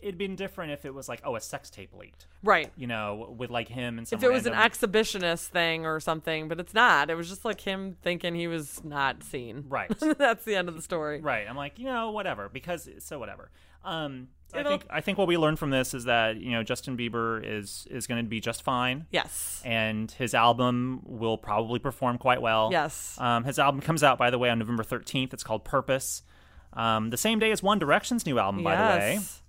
Speaker 2: it'd been different if it was like, oh, a sex tape leaked,
Speaker 3: right.
Speaker 2: you know, with like him and some.
Speaker 3: If it was an
Speaker 2: random-
Speaker 3: exhibitionist thing or something, but it's not. It was just like him thinking he was not seen.
Speaker 2: right?
Speaker 3: That's the end of the story.
Speaker 2: Right. I'm like, you know, whatever, because so whatever. Um, I
Speaker 3: It'll-
Speaker 2: think I think what we learned from this is that you know Justin Bieber is is going to be just fine.
Speaker 3: Yes.
Speaker 2: and his album will probably perform quite well.
Speaker 3: Yes.
Speaker 2: Um, his album comes out, by the way, on November 13th. It's called Purpose. Um, the same day as One Direction's new album, by the way.
Speaker 3: Yes.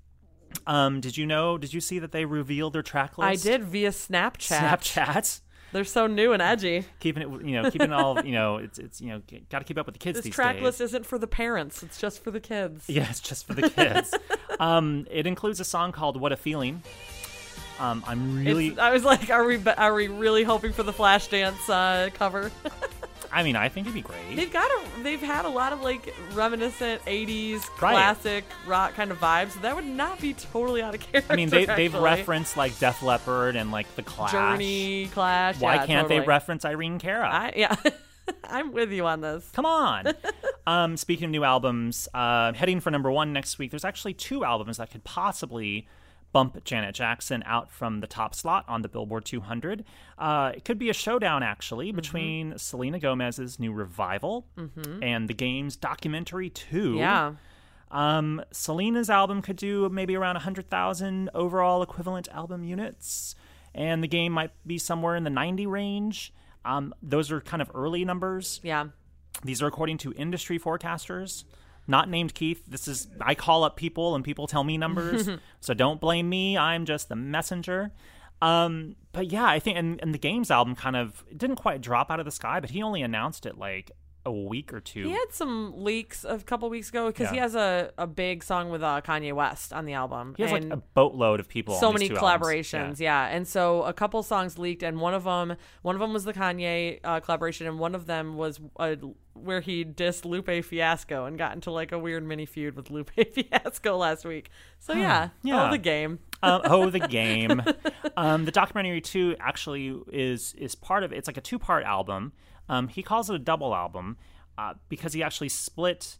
Speaker 2: Um, did you know? Did you see that they revealed their track list?
Speaker 3: I did via Snapchat.
Speaker 2: Snapchat.
Speaker 3: They're so new and edgy.
Speaker 2: Keeping it, you know, keeping it all, you know, it's it's you know, got to keep up with the kids
Speaker 3: This
Speaker 2: these
Speaker 3: track
Speaker 2: days.
Speaker 3: list isn't for the parents, it's just for the kids.
Speaker 2: Yeah, it's just for the kids. um, it includes a song called "What a Feeling." Um, I'm really,
Speaker 3: It's, uh, I was like, are we be- are we really hoping for the Flashdance uh, cover?
Speaker 2: I mean, I think it'd be great.
Speaker 3: they've got a, they've had a lot of like reminiscent '80s
Speaker 2: Right.
Speaker 3: classic rock kind of vibes. that would not be totally out of character.
Speaker 2: I mean, they, they've
Speaker 3: actually.
Speaker 2: referenced like Def Leppard and like the Clash.
Speaker 3: Journey, Clash.
Speaker 2: Why
Speaker 3: yeah,
Speaker 2: can't they
Speaker 3: totally.
Speaker 2: reference Irene Cara?
Speaker 3: I, yeah, I'm with you on this.
Speaker 2: Come on. um, speaking of new albums, uh, heading for number one next week. There's actually two albums that could possibly bump Janet Jackson out from the top slot on the Billboard 200. Uh, it could be a showdown, actually,
Speaker 3: Mm-hmm.
Speaker 2: between Selena Gomez's new revival and the game's documentary 2.
Speaker 3: Mm-hmm. Yeah.
Speaker 2: Um, Selena's album could do maybe around 100,000 overall equivalent album units, and the game might be somewhere in the 90 range. Um, those are kind of early numbers.
Speaker 3: Yeah.
Speaker 2: These are according to industry forecasters, not named Keith. This is I call up people and people tell me numbers, so don't blame me. I'm just the messenger. Um, but yeah, I think and, and the games album kind of it didn't quite drop out of the sky, but he only announced it like a week or two.
Speaker 3: He had some leaks a couple weeks ago because he
Speaker 2: Yeah.
Speaker 3: has a, a big song with uh, Kanye West on the album.
Speaker 2: He has like
Speaker 3: and
Speaker 2: a boatload of people.
Speaker 3: so
Speaker 2: on
Speaker 3: many
Speaker 2: these two albums.
Speaker 3: collaborations, yeah. And so a couple songs leaked, and one of them, one of them was the Kanye uh, collaboration, and one of them was uh, where he dissed Lupe Fiasco and got into like a weird mini feud with Lupe Fiasco last week. So yeah,
Speaker 2: Yeah.
Speaker 3: oh the game.
Speaker 2: um, oh, the game. Um, the documentary too actually is is part of it's like a two part album. Um, he calls it a double album uh, because he actually split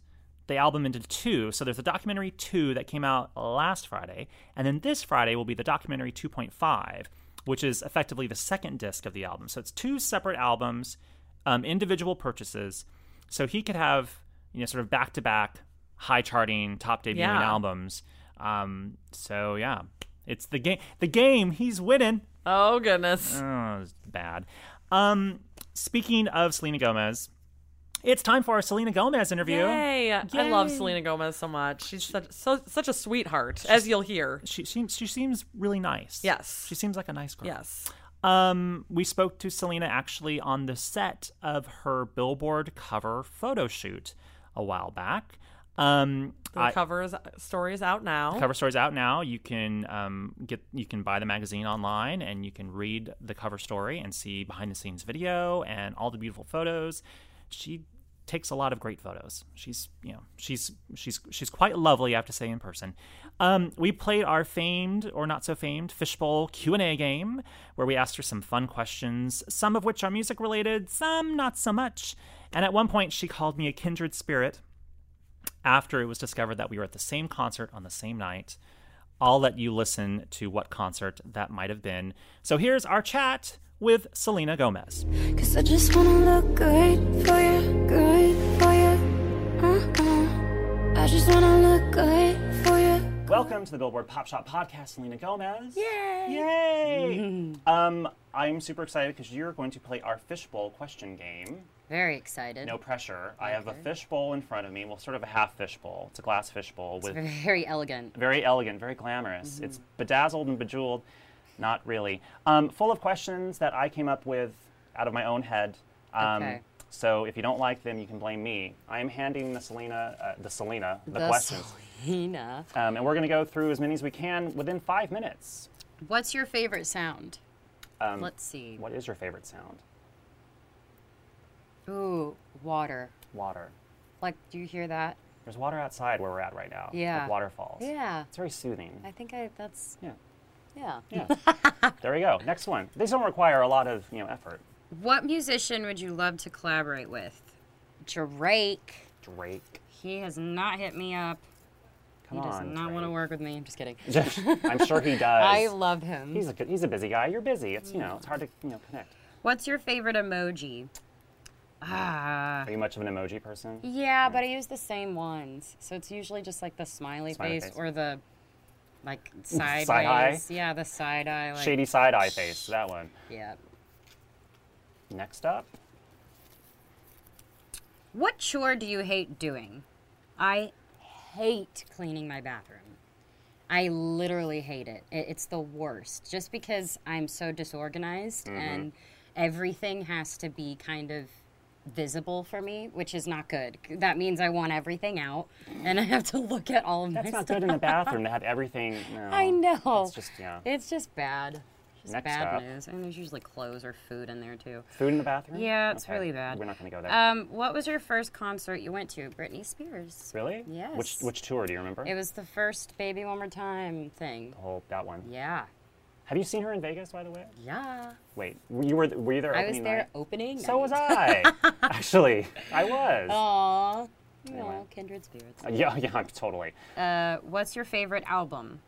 Speaker 2: the album into two. So there's a documentary two that came out last Friday, and then this Friday will be the documentary 2.5, which is effectively the second disc of the album. So it's two separate albums, um, individual purchases. So he could have you know sort of back to back high charting top debuting
Speaker 3: Yeah.
Speaker 2: albums. Um, so yeah, it's the game. The game he's winning.
Speaker 3: Oh goodness.
Speaker 2: Oh, it's bad. Um, speaking of Selena Gomez, it's time for our Selena Gomez interview.
Speaker 3: Yay. I love Selena Gomez so much. She's such so, such a sweetheart, as you'll hear.
Speaker 2: She seems she seems really nice.
Speaker 3: Yes.
Speaker 2: she seems like a nice girl.
Speaker 3: Yes.
Speaker 2: Um, we spoke to Selena actually on the set of her Billboard cover photo shoot a while back. Um,
Speaker 3: The
Speaker 2: I-
Speaker 3: cover is, story is out now.
Speaker 2: cover story's out now. You can um, get you can buy the magazine online and you can read the cover story and see behind the scenes video and all the beautiful photos. She takes a lot of great photos. She's you know she's she's she's quite lovely. I have to say in person. Um, we played our famed or not so famed fishbowl Q and A game where we asked her some fun questions, some of which are music related, some not so much. And at one point, she called me a kindred spirit after it was discovered that we were at the same concert on the same night. I'll let you listen to what concert that might have been. So here's our chat with Selena Gomez.
Speaker 4: Cause I just wanna look good for you, good for you. Uh-uh. I just wanna look good for you.
Speaker 2: Welcome to the Billboard Pop Shop Podcast, Selena Gomez. Yay! Yay! um, I'm super excited because you're going to play our fishbowl question game.
Speaker 5: Very excited.
Speaker 2: No pressure. I have a fishbowl in front of me. Well, sort of a half fishbowl. It's a glass fishbowl with
Speaker 5: Very elegant.
Speaker 2: very elegant, very glamorous. It's
Speaker 5: Mm-hmm.
Speaker 2: bedazzled and bejeweled. Not really. Um, full of questions that I came up with out of my own head. Um,
Speaker 5: Okay.
Speaker 2: So if you don't like them, you can blame me. I am handing the Selena, uh, the Selena, the, questions,
Speaker 5: Selena.
Speaker 2: um, and we're going to go through as many as we can within five minutes.
Speaker 5: What's your favorite sound? Let's see.
Speaker 2: Um, What is your favorite sound?
Speaker 5: Ooh, water.
Speaker 2: Water.
Speaker 5: Like, do you hear that?
Speaker 2: There's water outside where we're at right now.
Speaker 5: Yeah.
Speaker 2: Like waterfalls.
Speaker 5: Yeah.
Speaker 2: It's very soothing.
Speaker 5: I think I. That's
Speaker 2: yeah.
Speaker 5: yeah.
Speaker 2: There we go. Next one. These don't require a lot of you know effort.
Speaker 5: What musician would you love to collaborate with? Drake.
Speaker 2: Drake.
Speaker 5: He has not hit me up.
Speaker 2: Come
Speaker 5: he does
Speaker 2: on.
Speaker 5: not want to
Speaker 2: Drake.
Speaker 5: work with me. I'm just kidding.
Speaker 2: I'm sure he does.
Speaker 5: I love him.
Speaker 2: He's a good- he's a busy guy. You're busy. It's you know it's hard to you know connect.
Speaker 5: What's your favorite emoji? Ah.
Speaker 2: Are you much of an emoji person?
Speaker 5: Yeah, but I use the same ones. So it's usually just like the smiley,
Speaker 2: Smiley
Speaker 5: face,
Speaker 2: face.
Speaker 5: or the like
Speaker 2: Side
Speaker 5: sideways.
Speaker 2: eye?
Speaker 5: Yeah, the side eye. Like,
Speaker 2: Shady side eye face. That one.
Speaker 5: Yeah.
Speaker 2: Next up.
Speaker 5: What chore do you hate doing? I hate cleaning my bathroom. I literally hate it. it it's the worst. Just because I'm so disorganized
Speaker 2: Mm-hmm.
Speaker 5: and everything has to be kind of visible for me, which is not good. That means I want everything out and I have to look at all of my
Speaker 2: That's not
Speaker 5: stuff.
Speaker 2: good in the bathroom to have everything. No,
Speaker 5: I know.
Speaker 2: Oh, It's just yeah.
Speaker 5: It's just bad. Just
Speaker 2: Next
Speaker 5: bad
Speaker 2: up.
Speaker 5: news. And there's usually clothes or food in there too.
Speaker 2: Food in the bathroom.
Speaker 5: Yeah, it's
Speaker 2: Mm-hmm. Okay,
Speaker 5: really bad.
Speaker 2: We're not gonna go there.
Speaker 5: Um, what was your first concert you went to? Britney Spears.
Speaker 2: really?
Speaker 5: yes.
Speaker 2: Which which tour do you remember?
Speaker 5: It was the first Baby One More Time thing.
Speaker 2: oh that one.
Speaker 5: Yeah.
Speaker 2: Have you seen her in Vegas by the way?
Speaker 5: Yeah.
Speaker 2: Wait, you were were you there?
Speaker 5: I was
Speaker 2: opening
Speaker 5: there
Speaker 2: night?
Speaker 5: opening.
Speaker 2: So was I. Actually, I was.
Speaker 5: Oh. Aww. kindred spirits.
Speaker 2: Yeah, yeah, totally.
Speaker 5: Uh, what's your favorite album?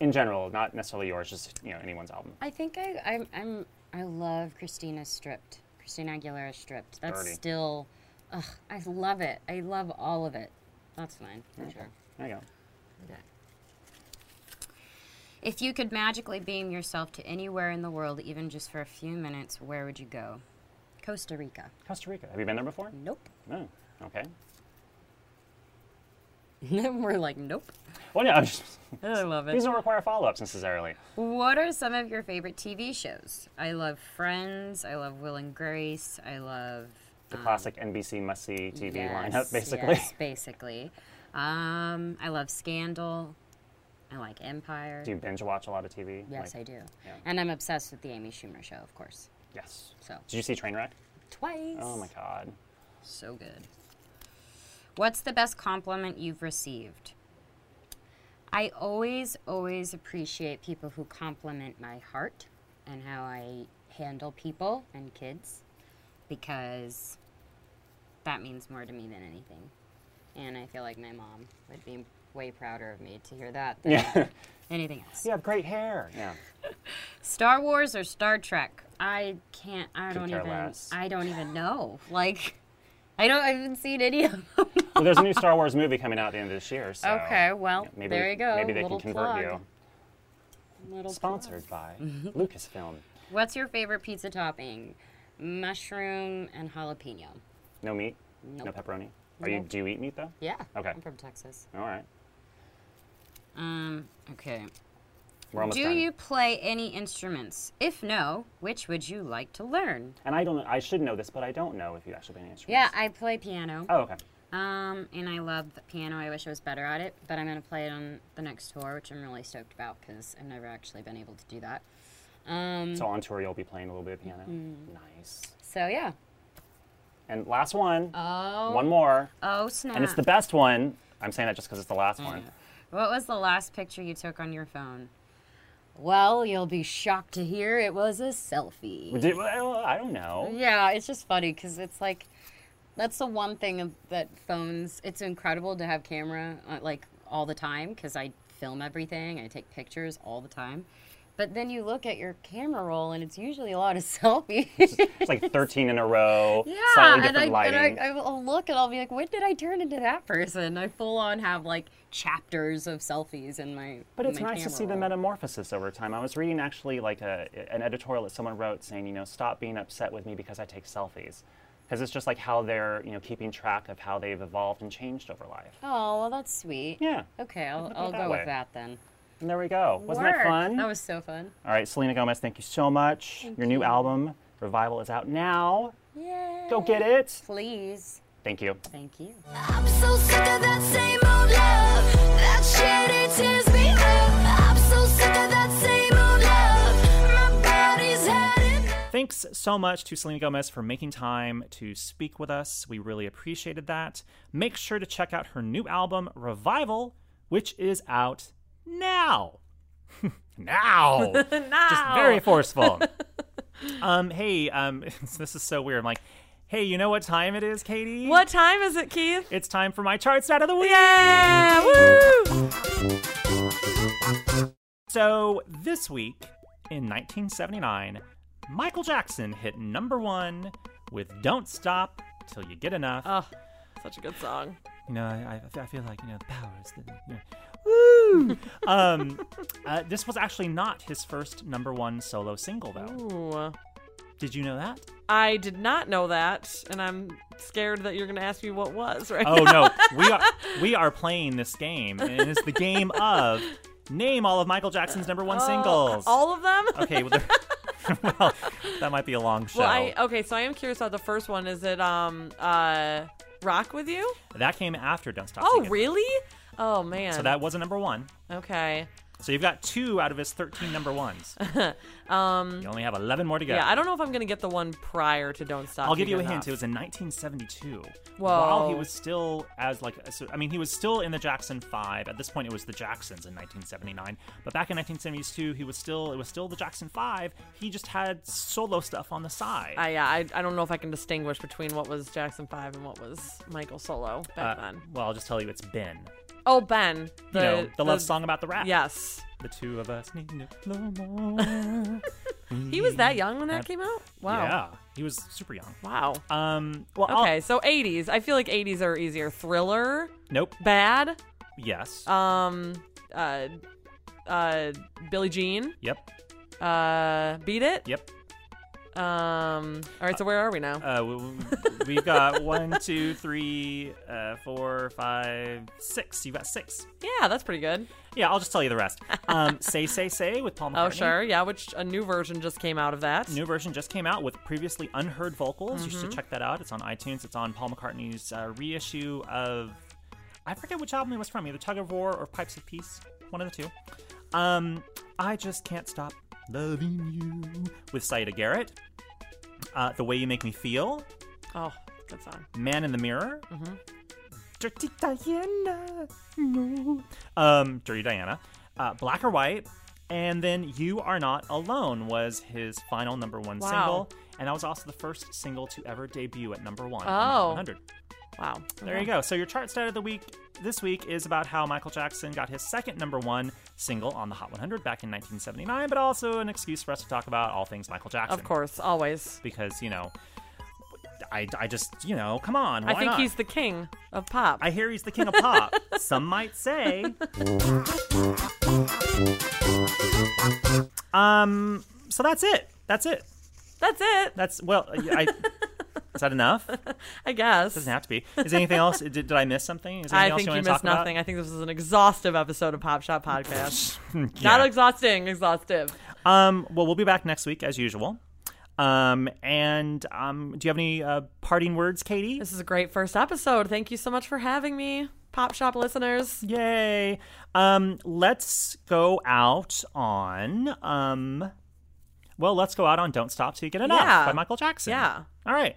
Speaker 6: in general, not necessarily yours, just you know anyone's album.
Speaker 5: I think I, I'm, I'm I love Christina Stripped. Christina Aguilera Stripped. That's
Speaker 6: Dirty.
Speaker 5: still, ugh, I love it. I love all of it. That's mine for sure.
Speaker 6: There you go.
Speaker 5: Okay. If you could magically beam yourself to anywhere in the world, even just for a few minutes, where would you go? Costa Rica.
Speaker 6: Costa Rica. Have you been there before?
Speaker 5: Nope.
Speaker 6: No. Okay.
Speaker 5: We're like, nope.
Speaker 6: Well, yeah. I was just-
Speaker 5: I love it.
Speaker 6: These don't require follow-ups necessarily.
Speaker 5: What are some of your favorite TV shows? I love Friends. I love Will and Grace. I love
Speaker 6: The classic NBC must-see TV lineup,
Speaker 5: Ah. Yes,
Speaker 6: basically.
Speaker 5: yes, basically. Um, I love Scandal. I like Empire.
Speaker 6: Do you binge watch a lot of TV?
Speaker 5: Yes,
Speaker 6: Like-
Speaker 5: I do.
Speaker 6: Yeah.
Speaker 5: And I'm obsessed with the Amy Schumer show, of course.
Speaker 6: Yes.
Speaker 5: So
Speaker 6: Did you see Trainwreck?
Speaker 5: twice.
Speaker 6: Oh my god.
Speaker 5: So good. What's the best compliment you've received? I always, always appreciate people who compliment my heart and how I handle people and kids because that means more to me than anything. And I feel like my mom would be way prouder of me to hear that than
Speaker 6: Yeah.
Speaker 5: anything else.
Speaker 6: You have great hair. Yeah.
Speaker 5: Star Wars or Star Trek? I can't. I
Speaker 6: Couldn't
Speaker 5: don't
Speaker 6: care
Speaker 5: even.
Speaker 6: less.
Speaker 5: I don't even know. Like, I don't. I haven't seen any of them.
Speaker 6: well, there's a new Star Wars movie coming out at the end of this year. So
Speaker 5: Okay, well,
Speaker 6: yeah, maybe,
Speaker 5: there you go,
Speaker 6: Maybe they
Speaker 5: little
Speaker 6: can convert
Speaker 5: plug.
Speaker 6: you.
Speaker 5: Little
Speaker 6: Sponsored by Lucasfilm.
Speaker 5: What's your favorite pizza topping? Mushroom and jalapeno.
Speaker 6: No meat. No
Speaker 5: Nope.
Speaker 6: pepperoni. Are you?
Speaker 5: Nope.
Speaker 6: Do you eat meat though?
Speaker 5: Yeah.
Speaker 6: Okay.
Speaker 5: I'm from Texas.
Speaker 6: All right.
Speaker 5: Um. Okay.
Speaker 6: We're almost
Speaker 5: Do
Speaker 6: done.
Speaker 5: you play any instruments? If no, which would you like to learn?
Speaker 6: And I don't. I should know this, but I don't know if you actually play an instrument.
Speaker 5: Yeah, I play piano.
Speaker 6: Oh, okay.
Speaker 5: Um, and I love the piano. I wish I was better at it, but I'm going to play it on the next tour, which I'm really stoked about because I've never actually been able to do that. Um,
Speaker 6: So on tour, you'll be playing a little bit of piano.
Speaker 5: Mhm.
Speaker 6: Nice.
Speaker 5: so yeah.
Speaker 6: And last one.
Speaker 5: Oh.
Speaker 6: One more.
Speaker 5: Oh, snap.
Speaker 6: And it's the best one. I'm saying that just because it's the last one.
Speaker 5: What was the last picture you took on your phone? Well, you'll be shocked to hear it was a selfie.
Speaker 6: Did- well, I don't know.
Speaker 5: Yeah, it's just funny because it's like that's the one thing that phones. It's incredible to have camera uh, like all the time because I film everything. I take pictures all the time, but then you look at your camera roll and it's usually a lot of selfies.
Speaker 6: It's like 13 in a row.
Speaker 5: yeah,
Speaker 6: Slightly
Speaker 5: and, I,
Speaker 6: different lighting.
Speaker 5: and I, I'll look and I'll be like, when did I turn into that person? I full on have like chapters of selfies in my.
Speaker 6: But
Speaker 5: in
Speaker 6: it's
Speaker 5: my
Speaker 6: nice to
Speaker 5: camera
Speaker 6: see the
Speaker 5: roll.
Speaker 6: metamorphosis over time. I was reading actually like a, an editorial that someone wrote saying, you know, stop being upset with me because I take selfies. Because it's just like how they're, you know, keeping track of how they've evolved and changed over life.
Speaker 5: Oh, well, that's sweet.
Speaker 6: Yeah.
Speaker 5: Okay, I'll,
Speaker 6: at it
Speaker 5: I'll
Speaker 6: that
Speaker 5: go
Speaker 6: way.
Speaker 5: with that then.
Speaker 6: And there we go. Wasn't that
Speaker 5: Work.
Speaker 6: fun?
Speaker 5: That was so fun.
Speaker 6: All right, Selena Gomez, thank you so much. Your new album, Revival, is out now.
Speaker 5: Yeah.
Speaker 6: Go get it.
Speaker 5: Please.
Speaker 6: Thank you.
Speaker 5: Thank you.
Speaker 4: I'm so sick of that same old love. That shit, it tears me up. I'm so sick of that same old love. My body's headed.
Speaker 2: Thanks so much to Selena Gomez for making time to speak with us. We really appreciated that. Make sure to check out her new album, Revival, which is out now. now. Just very forceful. um, hey, um, this is so weird. I'm like, hey, you know what time it is, Katie?
Speaker 3: What time is it, Keith?
Speaker 2: It's time for my chart stat of the week.
Speaker 3: Yeah! Woo!
Speaker 2: So this week in 1979, Michael Jackson hit number one with "Don't Stop Till You Get Enough."
Speaker 3: Oh, such a good song.
Speaker 2: Uh, You know, I, I- I feel like you know the power is the. You know, woo! um, uh, this was actually not his first number one solo single, though.
Speaker 3: Ooh.
Speaker 2: Did you know that?
Speaker 3: I did not know that, and I'm scared that you're going to ask me what was right
Speaker 2: Oh
Speaker 3: now.
Speaker 2: no, we are we are playing this game, and it's the game of name all of Michael Jackson's number one
Speaker 3: Oh,
Speaker 2: singles.
Speaker 3: all of them?
Speaker 2: Okay, well, there- well, that might be a long show.
Speaker 3: Well, I okay, so I am curious about the first one. Is it um uh Rock with You?
Speaker 2: That came after Don't Stop. Till
Speaker 3: Oh,
Speaker 2: You Get
Speaker 3: really? Oh man.
Speaker 2: So that wasn't number one.
Speaker 3: Okay.
Speaker 2: So you've got two out of his 13 number ones.
Speaker 3: Um
Speaker 2: You only have 11 more to go.
Speaker 3: yeah, I don't know if I'm going to get the one prior to Don't Stop.
Speaker 2: I'll give you a
Speaker 3: Get
Speaker 2: hint. It
Speaker 3: Enough.
Speaker 2: was in 1972.
Speaker 3: Whoa.
Speaker 2: While he was still as like, a- so- I mean, he was still in the Jackson Five. At this point, it was the Jacksons in 1979. But back in 1972, he was still it was still the Jackson Five. He just had solo stuff on the side.
Speaker 3: I, yeah, I, I don't know if I can distinguish between what was Jackson 5 and what was Michael Solo back
Speaker 2: Uh,
Speaker 3: then.
Speaker 2: Well, I'll just tell you, it's Ben.
Speaker 3: Oh, Ben. The,
Speaker 2: you know, the, love song about the rat.
Speaker 3: Yes.
Speaker 2: The two of us need no-
Speaker 3: he was that young when that came out? Wow.
Speaker 2: Yeah, he was super young.
Speaker 3: Wow.
Speaker 2: Um. Well, I'll-
Speaker 3: Okay, so 80s. I feel like 80s are easier. Thriller.
Speaker 2: Nope.
Speaker 3: Bad.
Speaker 2: Yes.
Speaker 3: Um. Uh. Uh. Billie Jean.
Speaker 2: Yep.
Speaker 3: Uh. Beat it.
Speaker 2: Yep.
Speaker 3: Um. All right. So where are we now?
Speaker 2: Uh, we- we- we've got one, two, three, uh, four, five, six. You got six.
Speaker 3: yeah, that's pretty good.
Speaker 2: Yeah, I'll just tell you the rest. Um, say, say, say with Paul McCartney.
Speaker 3: Oh, sure. Yeah, which a new version just came out of that.
Speaker 2: New version just came out with previously unheard vocals. You should
Speaker 3: Mhm.
Speaker 2: check that out. It's on iTunes. It's on Paul McCartney's uh, reissue of I forget which album it was from, either Tug of War or Pipes of Peace, one of the two. Um, I just can't stop loving you with Saida Garrett. Uh, the way you make me feel,
Speaker 3: Oh, good song.
Speaker 2: Man in the Mirror,
Speaker 3: Mm-hmm.
Speaker 2: Dirty Diana. No. um, Dirty Diana, uh, Black or White, and then You Are Not Alone was his final number one
Speaker 3: Wow.
Speaker 2: single. And that was also the first single to ever debut at number one. on the Hot
Speaker 3: Oh.
Speaker 2: 100.
Speaker 3: Wow.
Speaker 2: There you go. So your chart stat of the week this week is about how Michael Jackson got his second number one single on the Hot 100 back in 1979, but also an excuse for us to talk about all things Michael Jackson.
Speaker 3: Of course, always.
Speaker 2: Because, you know, I, I just, you know, come on.
Speaker 3: I
Speaker 2: why
Speaker 3: think
Speaker 2: not?
Speaker 3: he's the king of pop.
Speaker 2: I hear he's the king of pop. Some might say. Um. So that's it. That's it.
Speaker 3: That's it.
Speaker 2: That's well. I, is that enough?
Speaker 3: I guess.
Speaker 2: Doesn't have to be. Is there anything else? Did, did I miss something? Is there
Speaker 3: I
Speaker 2: anything
Speaker 3: think
Speaker 2: else
Speaker 3: you
Speaker 2: you, want
Speaker 3: missed
Speaker 2: to talk
Speaker 3: nothing. I think this was an exhaustive episode of Pop Shop Podcast.
Speaker 2: Yeah.
Speaker 3: Not exhausting, exhaustive.
Speaker 2: About? Um. Well, we'll be back next week as usual. Um. And um. Do you have any uh, parting words, Katie?
Speaker 3: This is a great first episode. Thank you so much for having me, Pop Shop listeners.
Speaker 2: Yay. Um, let's go out on um well, let's go out on Don't Stop Till You Get Enough
Speaker 3: Yeah.
Speaker 2: by Michael Jackson.
Speaker 3: Yeah.
Speaker 2: All right.